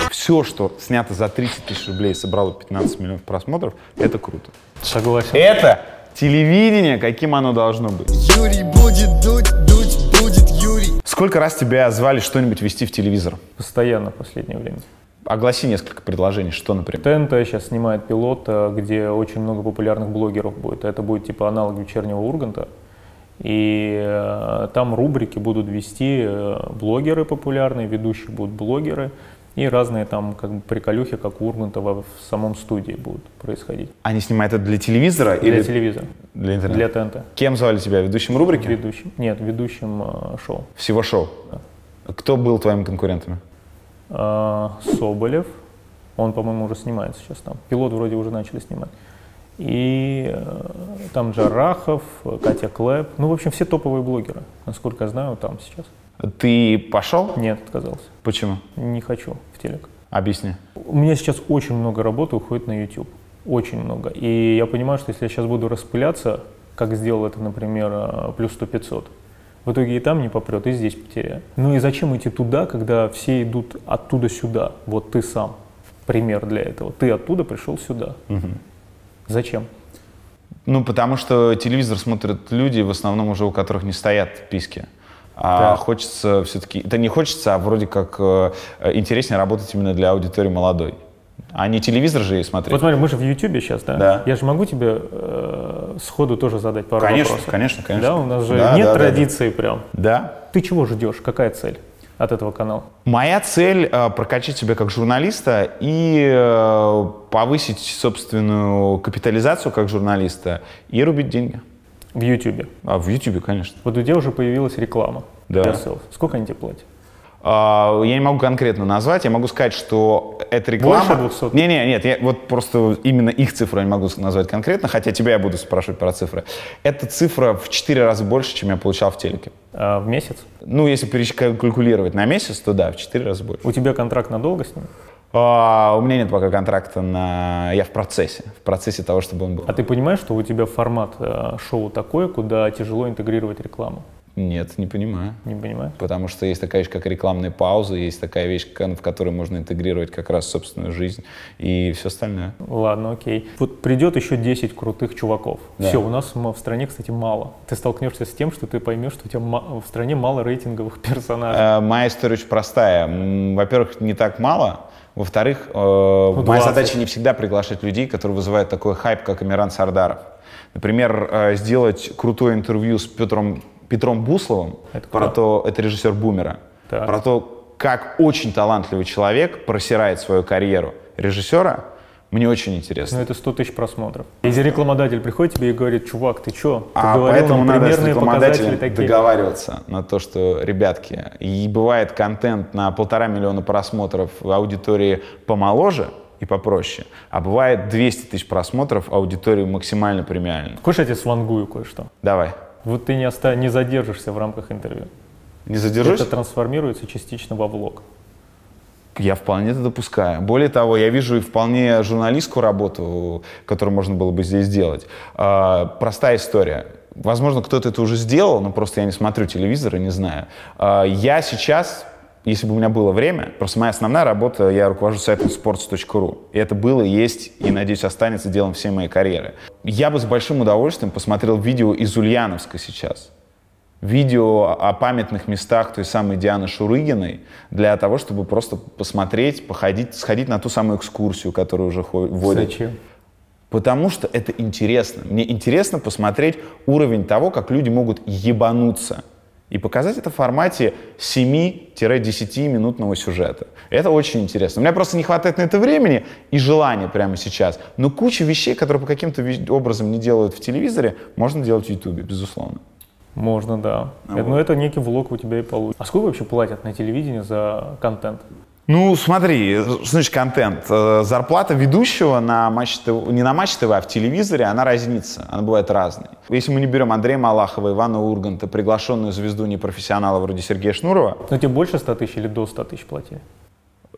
Все, что снято за 30 тысяч рублей и собрало 15 миллионов просмотров, это круто. Согласен. Это телевидение, каким оно должно быть. Юрий будет дуть, дуть, будет Юрий. Сколько раз тебя звали что-нибудь вести в телевизор? Постоянно в последнее время. Огласи несколько предложений, что, например. ТНТ сейчас снимает пилот, э, где очень много популярных блогеров будет. Это будет типа аналог вечернего Урганта. И э, там рубрики будут вести э, блогеры популярные, ведущие будут блогеры. И разные там как бы приколюхи, как у Урганта во- в самом студии будут происходить. Они снимают это для телевизора Для или телевизора, для интернета? для ТНТ. Кем звали тебя? Ведущим рубрики? Ведущим. Нет, ведущим э, шоу. Всего шоу. Кто был твоими конкурентами? Э, Соболев, он, по-моему, уже снимает сейчас там. Пилот вроде уже начали снимать. И э, там Джарахов, э, Катя Клэп. Ну, в общем, все топовые блогеры, насколько я знаю, там сейчас. Ты пошел? Нет, отказался. Почему? Не хочу в телек. Объясни. У меня сейчас очень много работы уходит на YouTube. Очень много. И я понимаю, что если я сейчас буду распыляться, как сделал это, например, э, плюс 100 500, в итоге и там не попрет, и здесь потеряю. Ну и зачем идти туда, когда все идут оттуда сюда? Вот ты сам пример для этого. Ты оттуда пришел сюда. Зачем? Ну, потому что телевизор смотрят люди, в основном уже у которых не стоят писки. А Так. хочется все-таки... Да не хочется, а вроде как э, интереснее работать именно для аудитории молодой. А не телевизор же и смотреть. Вот смотри, мы же в YouTube сейчас, да? Да. Я же могу тебе э, сходу тоже задать пару Конечно, вопросов. конечно, конечно. Да, у нас же Да, нет да, да, да. традиции прям. Да. Ты чего ждешь? Какая цель от этого канала? Моя цель э, прокачать себя как журналиста и э, повысить собственную капитализацию как журналиста и рубить деньги. В YouTube. А в Ютубе, конечно. Вот у тебя уже появилась реклама. Да. Yourself. Сколько они тебе платят? А, Я не могу конкретно назвать, я могу сказать, что это реклама... Больше 200? Не, не, нет, я вот просто именно их цифру я не могу назвать конкретно, хотя тебя я буду спрашивать про цифры. Эта цифра в 4 раза больше, чем я получал в телеке. А, в месяц? Ну, если перекалькулировать на месяц, то да, в 4 раза больше. У тебя контракт надолго с ним? А, у меня нет пока контракта на... Я в процессе, в процессе того, чтобы он был. А ты понимаешь, что у тебя формат э, шоу такой, куда тяжело интегрировать рекламу? Нет, не понимаю. Не понимаю. Потому что есть такая вещь, как рекламные паузы, есть такая вещь, кон- в которой можно интегрировать как раз собственную жизнь и все остальное. Ладно, окей. Вот придет еще 10 крутых чуваков. Да. Все, у нас м- в стране, кстати, мало. Ты столкнешься с тем, что ты поймешь, что у тебя ма- в стране мало рейтинговых персонажей. Э, Моя история очень простая. М, Во-первых, не так мало. Во-вторых, э, моя 20. задача не всегда приглашать людей, которые вызывают такой хайп, как Амиран Сардаров. Например, э, сделать крутое интервью с Петром, Петром Бусловым Это про круто. то, это режиссер Бумера. Так. про то, как очень талантливый человек просирает свою карьеру режиссера, мне очень интересно. Ну, это 100 тысяч просмотров. Если рекламодатель приходит тебе и говорит, чувак, ты чё? Ты А поэтому нам надо с примерные показатели рекламодателем такие. договариваться на то, что, ребятки, и бывает контент на полтора миллиона просмотров в аудитории помоложе и попроще, а бывает 200 тысяч просмотров в аудитории максимально премиально. Хочешь, я тебе свангую кое-что? Давай, Вот ты не, оста- не задержишься в рамках интервью. не задержусь. Это трансформируется частично во влог. Я вполне это допускаю. Более того, я вижу и вполне журналистскую работу, которую можно было бы здесь сделать. А, простая история. Возможно, кто-то это уже сделал, но просто я не смотрю телевизор и не знаю. А, я сейчас, если бы у меня было время, просто моя основная работа, я руковожу сайтом sports.ru. И это было, есть и, надеюсь, останется делом всей моей карьеры. Я бы с большим удовольствием посмотрел видео из Ульяновска сейчас видео о памятных местах той самой Дианы Шурыгиной для того, чтобы просто посмотреть, походить, сходить на ту самую экскурсию, которую уже хо- вводят. Зачем? Потому что это интересно. Мне интересно посмотреть уровень того, как люди могут ебануться. И показать это в формате 7-10 минутного сюжета. Это очень интересно. У меня просто не хватает на это времени и желания прямо сейчас. Но куча вещей, которые по каким-то ви- образом не делают в телевизоре, можно делать в Ютубе, безусловно. Можно, да. Это- Но это некий влог у тебя и получится. А сколько вообще платят на телевидении за контент? Ну, смотри, что значит контент? Э, Зарплата ведущего на Матч ТВ, не на Матч ТВ, а в телевизоре, она разнится, она бывает разной. Если мы не берем Андрея Малахова, Ивана Урганта, приглашенную звезду непрофессионала вроде Сергея Шнурова, Ну, тебе больше 100 тысяч или до 100 тысяч платили?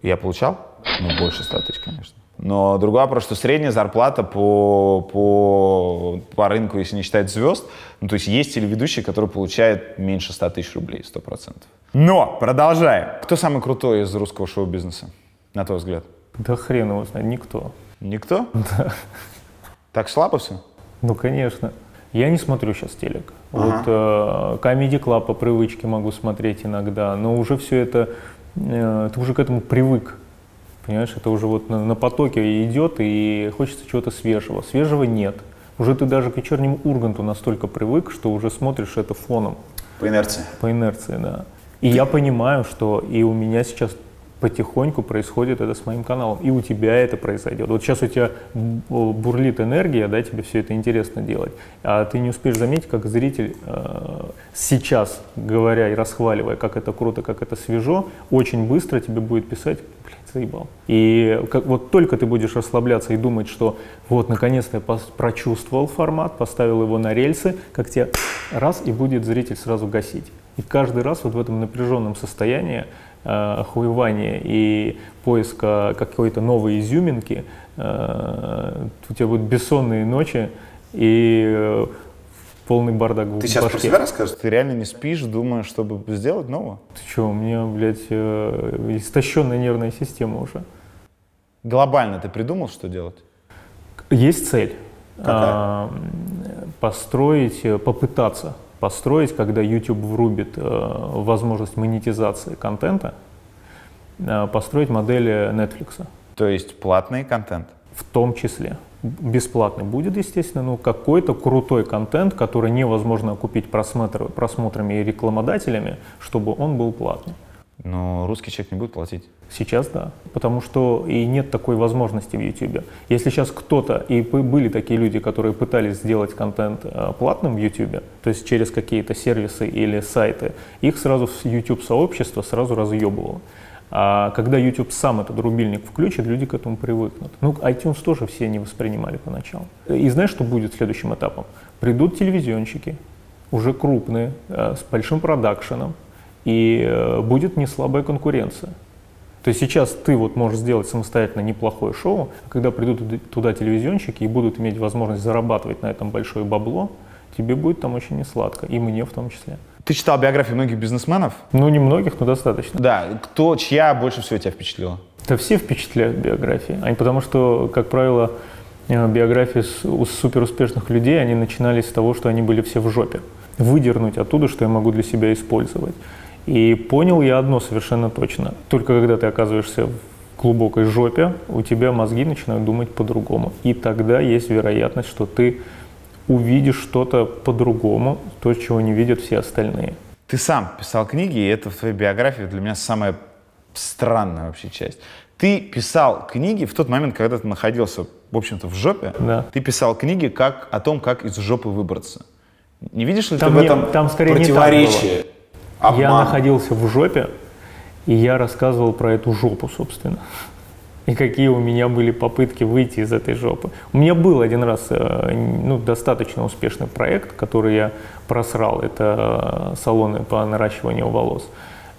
я получал, ну, больше 100 тысяч, конечно. Но другой вопрос, что средняя зарплата по, по, по рынку, если не считать звезд, ну, то есть есть телеведущие, которые получают меньше 100 тысяч рублей, 100%. Но, продолжаем. Кто самый крутой из русского шоу-бизнеса, на твой взгляд? Да хрен его знает, никто. Никто? Да. Так слабо все? Ну, конечно. Я не смотрю сейчас телек. Вот э, Comedy Club по привычке могу смотреть иногда, но уже все это, э, ты уже к этому привык. Понимаешь, это уже вот на, на потоке идет, и хочется чего-то свежего. Свежего нет. Уже ты даже к вечернему Урганту настолько привык, что уже смотришь это фоном, По инерции. по инерции, да. И я понимаю, что и у меня сейчас потихоньку происходит это с моим каналом, и у тебя это произойдет. Вот сейчас у тебя м, о, бурлит энергия, да, тебе все это интересно делать, а ты не успеешь заметить, как зритель э, сейчас, говоря и расхваливая, как это круто, как это свежо, очень быстро тебе будет писать, блядь, заебал. И как, вот только ты будешь расслабляться и думать, что вот, наконец-то я пос- прочувствовал формат, поставил его на рельсы, как тебе раз, и будет зритель сразу гасить. И каждый раз вот в этом напряженном состоянии э, охуевания и поиска какой-то новой изюминки, э, у тебя будут бессонные ночи и э, полный бардак в башке. расскажешь? Ты реально не спишь, думаешь, чтобы сделать нового? Ты что, у меня, блядь, э, истощенная нервная система уже. Глобально ты придумал, что делать? Есть цель. А, м, построить, э, попытаться построить, когда YouTube врубит э, возможность монетизации контента, э, построить модель Netflix. То есть платный контент. В том числе. Б- Бесплатный будет, естественно, но какой-то крутой контент, который невозможно купить просмотр- просмотрами и рекламодателями, чтобы он был платный. Но русский человек не будет платить. Сейчас да, потому что и нет такой возможности в YouTube. Если сейчас кто-то, и бы- были такие люди, которые пытались сделать контент э, платным в YouTube, то есть через какие-то сервисы или сайты, их сразу с- YouTube-сообщество сразу разъебывало. А когда YouTube сам этот рубильник включит, люди к этому привыкнут. Ну, iTunes тоже все не воспринимали поначалу. И знаешь, что будет следующим этапом? Придут телевизионщики, уже крупные, э, с большим продакшеном, и э, будет неслабая конкуренция. То есть сейчас ты вот можешь сделать самостоятельно неплохое шоу, а когда придут туд- туда телевизионщики и будут иметь возможность зарабатывать на этом большое бабло, тебе будет там очень несладко, и мне в том числе. Ты читал биографии многих бизнесменов? Ну, немногих, но достаточно. Да. Кто, чья больше всего тебя впечатлила? Да все впечатляют биографии. Они, потому что, как правило, э, биографии с- у суперуспешных людей, они начинались с того, что они были все в жопе. Выдернуть оттуда, что я могу для себя использовать. И понял я одно совершенно точно. Только когда ты оказываешься в глубокой жопе, у тебя мозги начинают думать по-другому. И тогда есть вероятность, что ты увидишь что-то по-другому, то, чего не видят все остальные. Ты сам писал книги, и это в твоей биографии для меня самая странная вообще часть. Ты писал книги в тот момент, когда ты находился, в общем-то, в жопе. Да. Ты писал книги как, о том, как из жопы выбраться. Не видишь ли Там ты в не- этом там скорее не так противоречие? Обман? Я находился в жопе, и я рассказывал про эту жопу, собственно. И какие у меня были попытки выйти из этой жопы. У меня был один раз э, ну, достаточно успешный проект, который я просрал. Это э, салоны по наращиванию волос.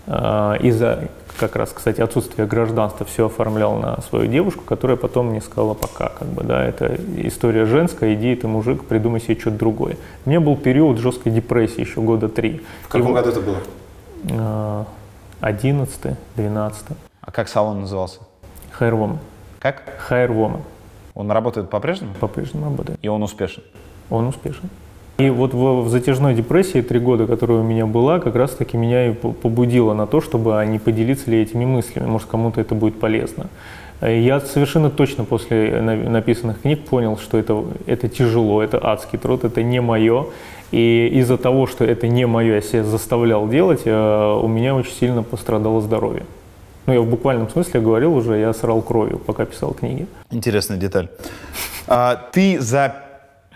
Э, Из-за как раз, кстати, отсутствия гражданства все оформлял на свою девушку, которая потом мне сказала пока, как бы, да, это история женская, иди ты, мужик, придумай себе что-то другое. У меня был период жесткой депрессии еще года три. В каком году это было? А, 11, 12. А как салон назывался? Хайрвом. Как? Хайрвом Он работает по-прежнему? по-прежнему работает. И он успешен. Он успешен. И вот в, в затяжной депрессии три года, которая у меня была, как раз-таки меня и по- побудило на то, чтобы они поделиться ли этими мыслями. Может, кому-то это будет полезно. Э, Я совершенно точно после на- написанных книг понял, что это, это тяжело, это адский труд, это не мое. И из-за того, что это не мое, я себя заставлял делать, э, у меня очень сильно пострадало здоровье. Ну, я в буквальном смысле говорил уже, я срал кровью, пока писал книги. Интересная деталь. А, ты за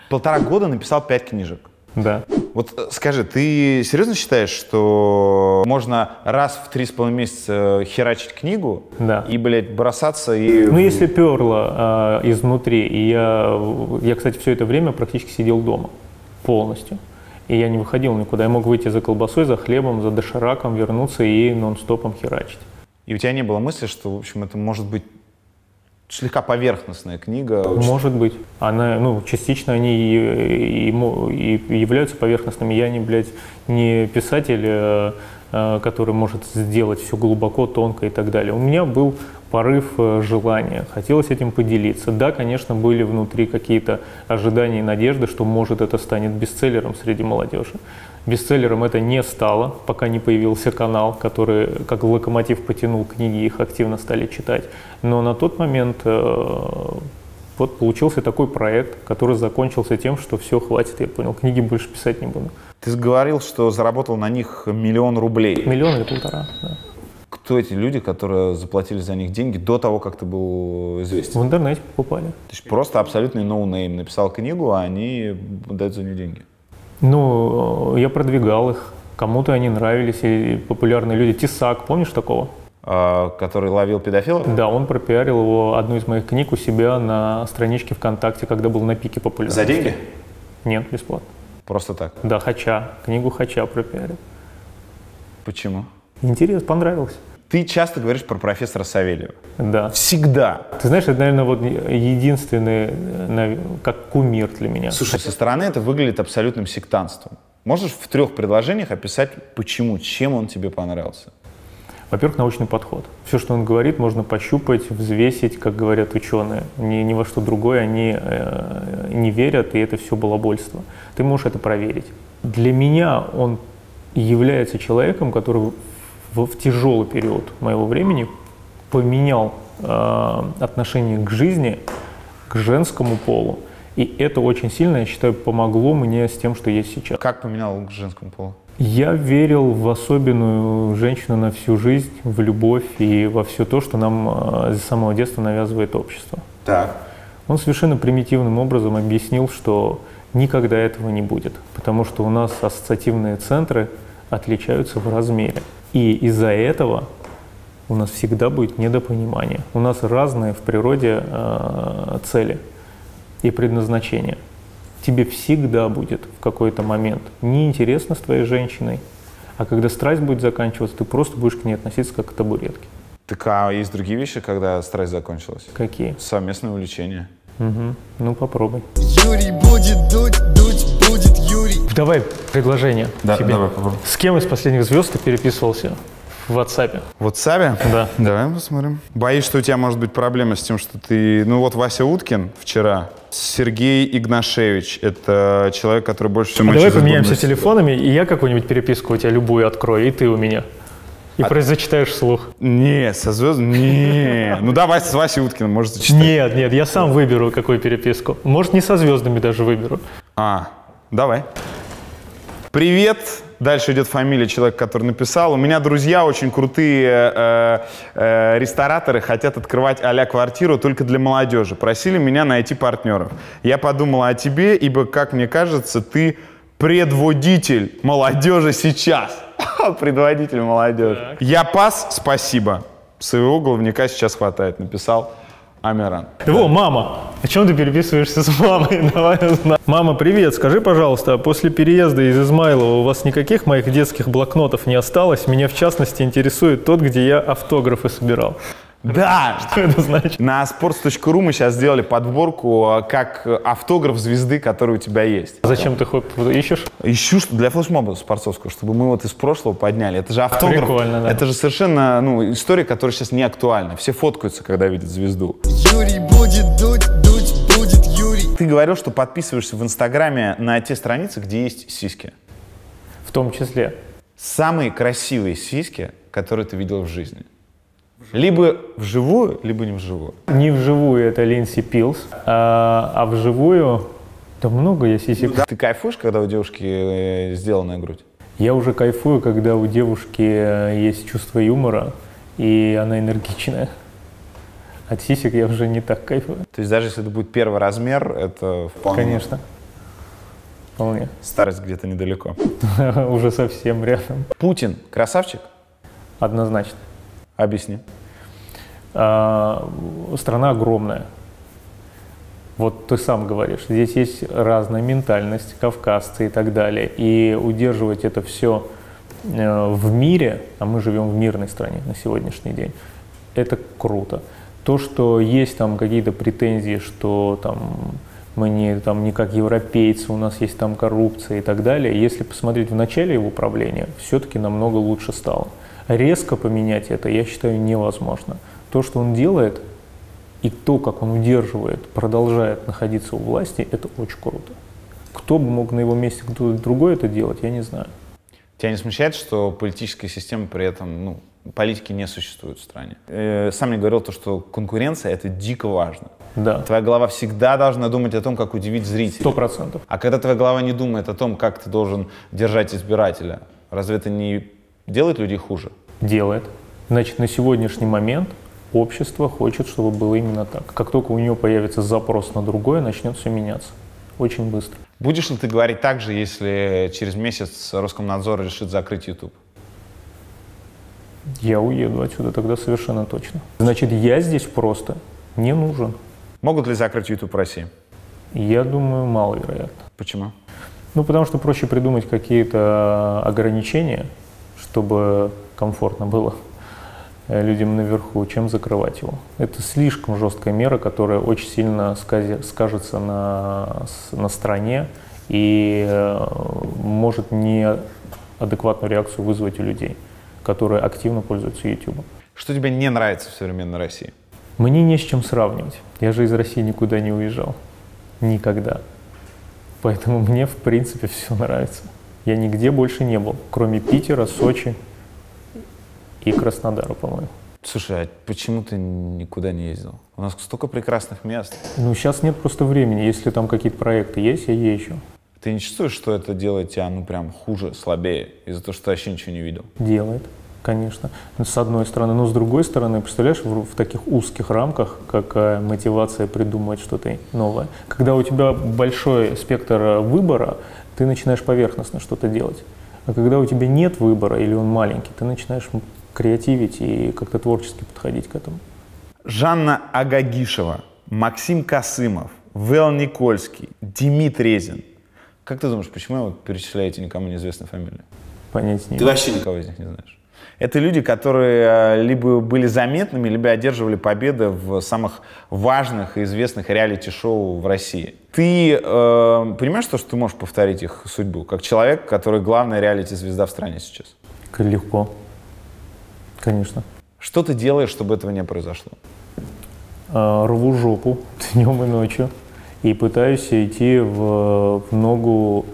полтора года написал пять книжек. Да. Вот э, скажи, ты серьезно считаешь, что можно раз в три с половиной месяца э, херачить книгу Да. и, блядь, бросаться и... Ну, если перло э, изнутри, и я, в- я, кстати, все это время практически сидел дома полностью. И я не выходил никуда. Я мог выйти за колбасой, за хлебом, за дошираком, вернуться и нон-стопом херачить. И у тебя не было мысли, что, в общем, это может быть слегка поверхностная книга. Может быть. Она, ну, частично они и, и мо- и являются поверхностными. Я не, блядь, не писатель, э, э, который может сделать все глубоко, тонко и так далее. У меня был порыв э, желания, хотелось этим поделиться. Да, конечно, были внутри какие-то ожидания и надежды, что, может, это станет бестселлером среди молодежи. Бестселлером это не стало, пока не появился канал, который как локомотив потянул книги, их активно стали читать. Но на тот момент э, вот получился такой проект, который закончился тем, что все, хватит, я понял, книги больше писать не буду. Ты говорил, что заработал на них миллион рублей. Миллион или полтора, да. Кто эти люди, которые заплатили за них деньги до того, как ты был известен? В интернете покупали. То есть просто абсолютный ноунейм написал книгу, а они дают за нее деньги. Ну, э, я продвигал их, кому-то они нравились, и популярные люди. Тисак, помнишь такого? А, который ловил педофилов? Да, он пропиарил его, одну из моих книг у себя на страничке ВКонтакте, когда был на пике популярности. За деньги? Нет, бесплатно. Просто так. Да, Хача, книгу Хача пропиарил. Почему? Интересно, понравилось. Ты часто говоришь про профессора Савельева. Да. Всегда. Ты знаешь, это, наверное, вот единственный, э, нав- как кумир для меня. Слушай, со стороны это выглядит абсолютным сектантством. Можешь в трех предложениях описать, почему, чем он тебе понравился? Во-первых, научный подход. Все, что он говорит, можно пощупать, взвесить, как говорят ученые. Ни, ни во что другое они э, не верят, и это все балабольство. Ты можешь это проверить. Для меня он является человеком, который в, в тяжелый период моего времени поменял э, отношение к жизни, к женскому полу. И это очень сильно, я считаю, помогло мне с тем, что есть сейчас. Как поменял к женскому полу? Я верил в особенную женщину на всю жизнь, в любовь и во все то, что нам э, с самого детства навязывает общество. Так. Он совершенно примитивным образом объяснил, что никогда этого не будет, потому что у нас ассоциативные центры отличаются в размере. И из-за этого у нас всегда будет недопонимание. У нас разные в природе э, цели и предназначения. Тебе всегда будет в какой-то момент неинтересно с твоей женщиной, а когда страсть будет заканчиваться, ты просто будешь к ней относиться как к табуретке. Так, а есть другие вещи, когда страсть закончилась? Какие? Совместное увлечение. Ну попробуй. Юрий будет дуть, дуть будет Юрий. Давай предложение Да, тебе. давай, попробуй. С кем из последних звезд ты переписывался в WhatsApp? Вот Саби? Да. Давай посмотрим. Боюсь, что у тебя может быть проблема с тем, что ты... Ну вот Вася Уткин вчера, Сергей Игнашевич, это человек, который больше всего... А Давай поменяемся телефонами, и я какую-нибудь переписку у тебя любую открою, и ты у меня. А И произочитаешь зачитаешь вслух. Не, со звездами? Не. Ну давай с Васей Уткиным, может, зачитать. Нет, нет, я сам выберу, какую переписку. Может, не со звездами даже выберу. А, давай. А, Привет, Дальше идет фамилия человека, который написал. У меня друзья очень крутые э, э, рестораторы, хотят открывать а-ля квартиру только для молодежи. Просили меня найти партнеров. Я подумала о тебе, ибо, как мне кажется, ты предводитель молодежи сейчас. Предводитель молодежи. Я пас, спасибо. Своего головника сейчас хватает, написал Амиран. Во, мама, о чем ты переписываешься с мамой? Давай узнаем. Мама, привет, скажи, пожалуйста, после переезда из Измайлова у вас никаких моих детских блокнотов не осталось? Меня, в частности, интересует тот, где я автографы собирал. Да! Что это значит? На sports.ru мы сейчас сделали подборку э, как автограф звезды, который у тебя есть. Зачем ты хоть ищешь? Ищу что для флешмоба спортсовского, чтобы мы вот из прошлого подняли. Это же автограф. Прикольно, да. Это же совершенно ну, история, которая сейчас не актуальна. Все фоткаются, когда видят звезду. Юрий будет дуть, дуть будет Юрий. Ты говорил, что подписываешься в Инстаграме на те страницы, где есть сиськи. В том числе. Самые красивые сиськи, которые ты видел в жизни. Либо вживую, либо не вживую. Не вживую это Линси Пилс, а, а вживую... Да много я сисек. Ты кайфуешь, когда у девушки э, сделанная грудь? Я уже кайфую, когда у девушки э, есть чувство юмора, и она энергичная. От сисек я уже не так кайфую. То есть даже если это будет первый размер, это вполне Конечно. Вполне. старость где-то недалеко. Уже совсем рядом. Путин красавчик? Однозначно. Объясни. А, страна огромная. Вот ты сам говоришь, здесь есть разная ментальность, кавказцы и так далее. И удерживать это все в мире, а мы живем в мирной стране на сегодняшний день, это круто. То, что есть там какие-то претензии, что там мы не, там, не как европейцы, у нас есть там коррупция и так далее, если посмотреть в начале его правления, все-таки намного лучше стало. Резко поменять это, я считаю, невозможно. То, что он делает, и то, как он удерживает, продолжает находиться у власти, это очень круто. Кто бы мог на его месте кто-то другой это делать, я не знаю. Тебя не смущает, что политическая система при этом, ну, политики не существует в стране? Э, сам мне говорил то, что конкуренция — это дико важно. Да, Твоя голова всегда должна думать о том, как удивить зрителя. сто процентов. А когда твоя голова не думает о том, как ты должен держать избирателя, разве это не делает людей хуже? делает. Значит, на сегодняшний момент общество хочет, чтобы было именно так. Как только у него появится запрос на другое, начнет все меняться. Очень быстро. Будешь ли ты говорить так же, если через месяц Роскомнадзор решит закрыть YouTube? Я уеду отсюда тогда совершенно точно. Значит, я здесь просто не нужен. Могут ли закрыть YouTube в России? Я думаю, маловероятно. Почему? Ну, потому что проще придумать какие-то ограничения, чтобы комфортно было э, людям наверху, чем закрывать его. Это слишком жесткая мера, которая очень сильно сказе- скажется на, с- на стране и э, может неадекватную реакцию вызвать у людей, которые активно пользуются YouTube. Что тебе не нравится в современной России? Мне не с чем сравнивать. Я же из России никуда не уезжал. Никогда. Поэтому мне, в принципе, все нравится. Я нигде больше не был, кроме Питера, Сочи и Краснодара, по-моему. Слушай, а почему ты никуда не ездил? У нас столько прекрасных мест. Ну, сейчас нет просто времени. Если там какие-то проекты есть, я езжу. Ты не чувствуешь, что это делает тебя, ну, прям хуже, слабее, из-за того, что ты вообще ничего не видел? Делает, конечно. Ну, С одной стороны. Но с другой стороны, представляешь, в, в таких узких рамках какая мотивация придумывать что-то новое. Когда у тебя большой спектр э, выбора, ты начинаешь поверхностно что-то делать. А когда у тебя нет выбора или он маленький, ты начинаешь м, креативить и как-то творчески подходить к этому. Жанна Агагишева, Максим Касымов, Вэл Никольский, Демид Резин. Как ты думаешь, почему я вот перечисляю эти никому неизвестные фамилии? Понять не Ты вообще никого из них не знаешь. Это люди, которые э, либо были заметными, либо одерживали победы в самых важных и известных реалити-шоу в России. Ты э, понимаешь то, что ты можешь повторить их судьбу, как человек, который главная реалити-звезда в стране сейчас? К- Легко. Конечно. Что ты делаешь, чтобы этого не произошло? Э, рву жопу днем и ночью и пытаюсь идти в, в ногу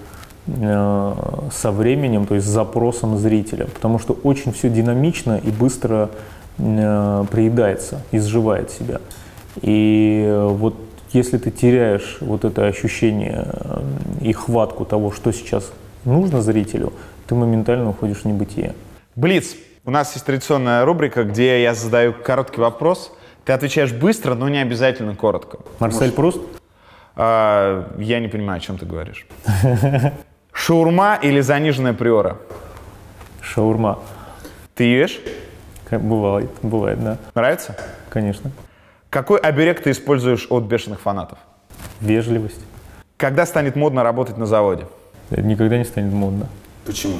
э, со временем, то есть с запросом зрителя, потому что очень все динамично и быстро э, приедается, изживает себя. И э, вот если ты теряешь вот это ощущение э, и хватку того, что сейчас нужно зрителю, ты моментально уходишь в небытие. Блиц. У нас есть традиционная рубрика, где я задаю короткий вопрос. Ты отвечаешь быстро, но не обязательно коротко. Марсель Пруст? А, я не понимаю, о чем ты говоришь. Шаурма или заниженная приора? Шаурма. Ты ее ешь? Как бывает, бывает, да, Нравится? конечно. Какой оберег ты используешь от бешеных фанатов? Вежливость. Когда станет модно работать на заводе? Это никогда не станет модно. Почему?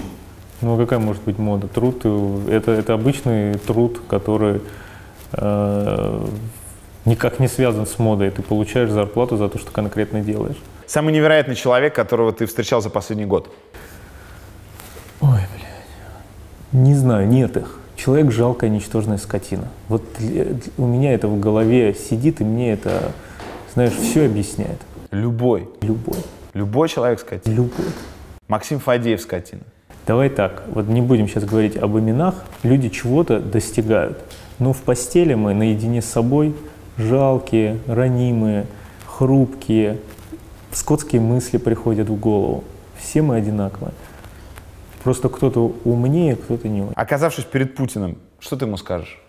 Ну а какая может быть мода? Труд э, это, это обычный труд, который э, никак не связан с модой. Ты получаешь зарплату за то, что конкретно делаешь. Самый невероятный человек, которого ты встречал за последний год? Ой, блядь. Не знаю, нет их. Человек жалкая, ничтожная скотина. Вот л- э, л- у меня это в голове сидит, и мне это, знаешь, все объясняет. Любой. Любой. Любой человек скотина. Любой. Максим Фадеев скотина. Давай так, вот не будем сейчас говорить об именах, люди чего-то достигают. Но в постели мы наедине с собой жалкие, ранимые, хрупкие, скотские мысли приходят в голову. Все мы одинаковые. Просто кто-то умнее, кто-то не очень. Оказавшись перед Путиным, что ты ему скажешь?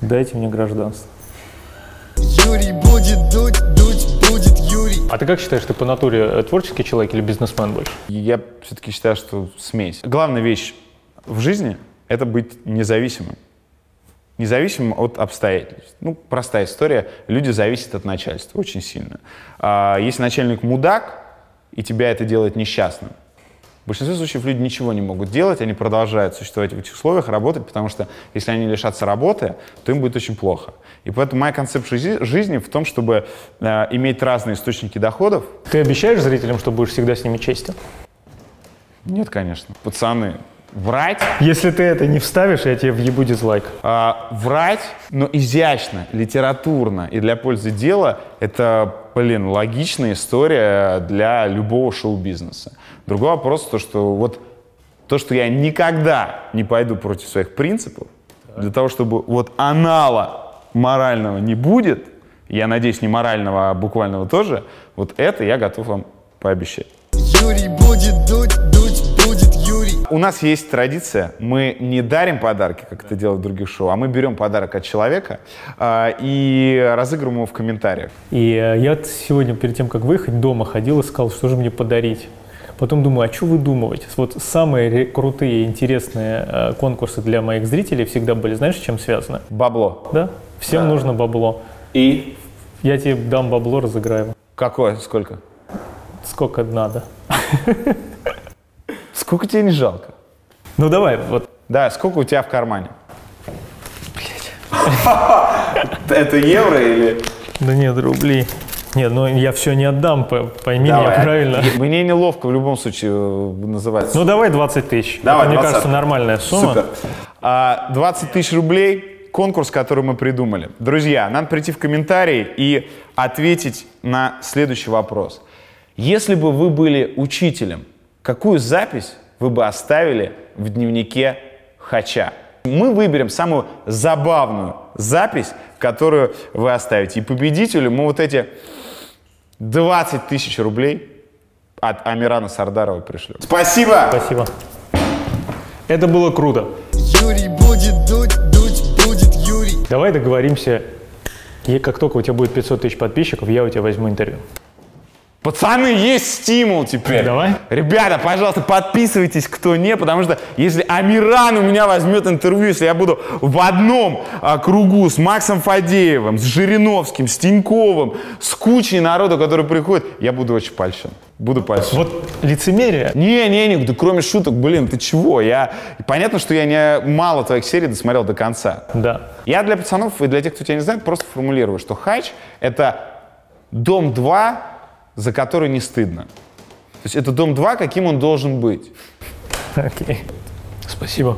Дайте мне гражданство. Юрий будет дуть, дуть будет Юрий. А ты как считаешь, ты по натуре э, творческий человек или бизнесмен больше? Я все-таки считаю, что смесь. Главная вещь в жизни — это быть независимым. Независимым от обстоятельств. Ну, простая история. Люди зависят от начальства очень сильно. А если начальник мудак, и тебя это делает несчастным, в большинстве случаев люди ничего не могут делать, они продолжают существовать в этих условиях, работать, потому что если они лишатся работы, то им будет очень плохо. И поэтому моя концепция жизи- жизни в том, чтобы э, иметь разные источники доходов, Ты обещаешь зрителям, что будешь всегда с ними честен? Нет, конечно. Пацаны, врать, Если ты это не вставишь, я тебе въебу дизлайк. а, врать, но изящно, литературно и для пользы дела — это, блин, логичная история для любого шоу-бизнеса. Другой вопрос то, что вот то, что я никогда не пойду против своих принципов, для того, чтобы вот анала морального не будет, я надеюсь, не морального, а буквального тоже, вот это я готов вам пообещать. Юрий будет дуть, дуть будет Юрий. У нас есть традиция, мы не дарим подарки, как это делают в других шоу, а мы берем подарок от человека а, и разыгрываем его в комментариях. И э, я т- сегодня, перед тем, как выехать, дома ходил и сказал, что же мне подарить. Потом думаю, а что выдумывать? Вот самые ре- крутые и интересные э, конкурсы для моих зрителей всегда были, знаешь, с чем связаны? Бабло. Да? Всем нужно бабло. И? Я тебе дам бабло, разыграю. его. Какое? Сколько? Сколько надо. Сколько тебе не жалко? Ну давай, вот. Да, сколько у тебя в кармане? Это евро или? Да нет, рублей. Нет, ну я все не отдам, п- пойми меня правильно. Мне неловко в любом случае э, называть. Ну давай 20 тысяч. Давай, Это, Мне 20. кажется, нормальная сумма. Супер. А, 20 тысяч рублей конкурс, который мы придумали. Друзья, надо прийти в комментарии и ответить на следующий вопрос. Если бы вы были учителем, какую запись вы бы оставили в дневнике Хача? Мы выберем самую забавную запись, которую вы оставите. И победителю мы вот эти 20 тысяч рублей от Амирана Сардарова пришлем. Спасибо! Спасибо. Это было круто. Юрий будет дуть, дуть будет Юрий. Давай договоримся, и как только у тебя будет 500 тысяч подписчиков, я у тебя возьму интервью. Пацаны, есть стимул теперь. Давай. Ребята, пожалуйста, подписывайтесь, кто не, потому что если Амиран у меня возьмет интервью, если я буду в одном а, кругу с Максом Фадеевым, с Жириновским, с Тиньковым, с кучей народу, который приходит, я буду очень польщен. Буду польщен. Вот лицемерие. Не-не-не, да кроме шуток, блин, ты чего? Я... Понятно, что я не мало твоих серий досмотрел до конца. Да. Я для пацанов и для тех, кто тебя не знает, просто формулирую, что хач — это дом 2, за который не стыдно. То есть это дом 2, каким он должен быть. Окей. Спасибо.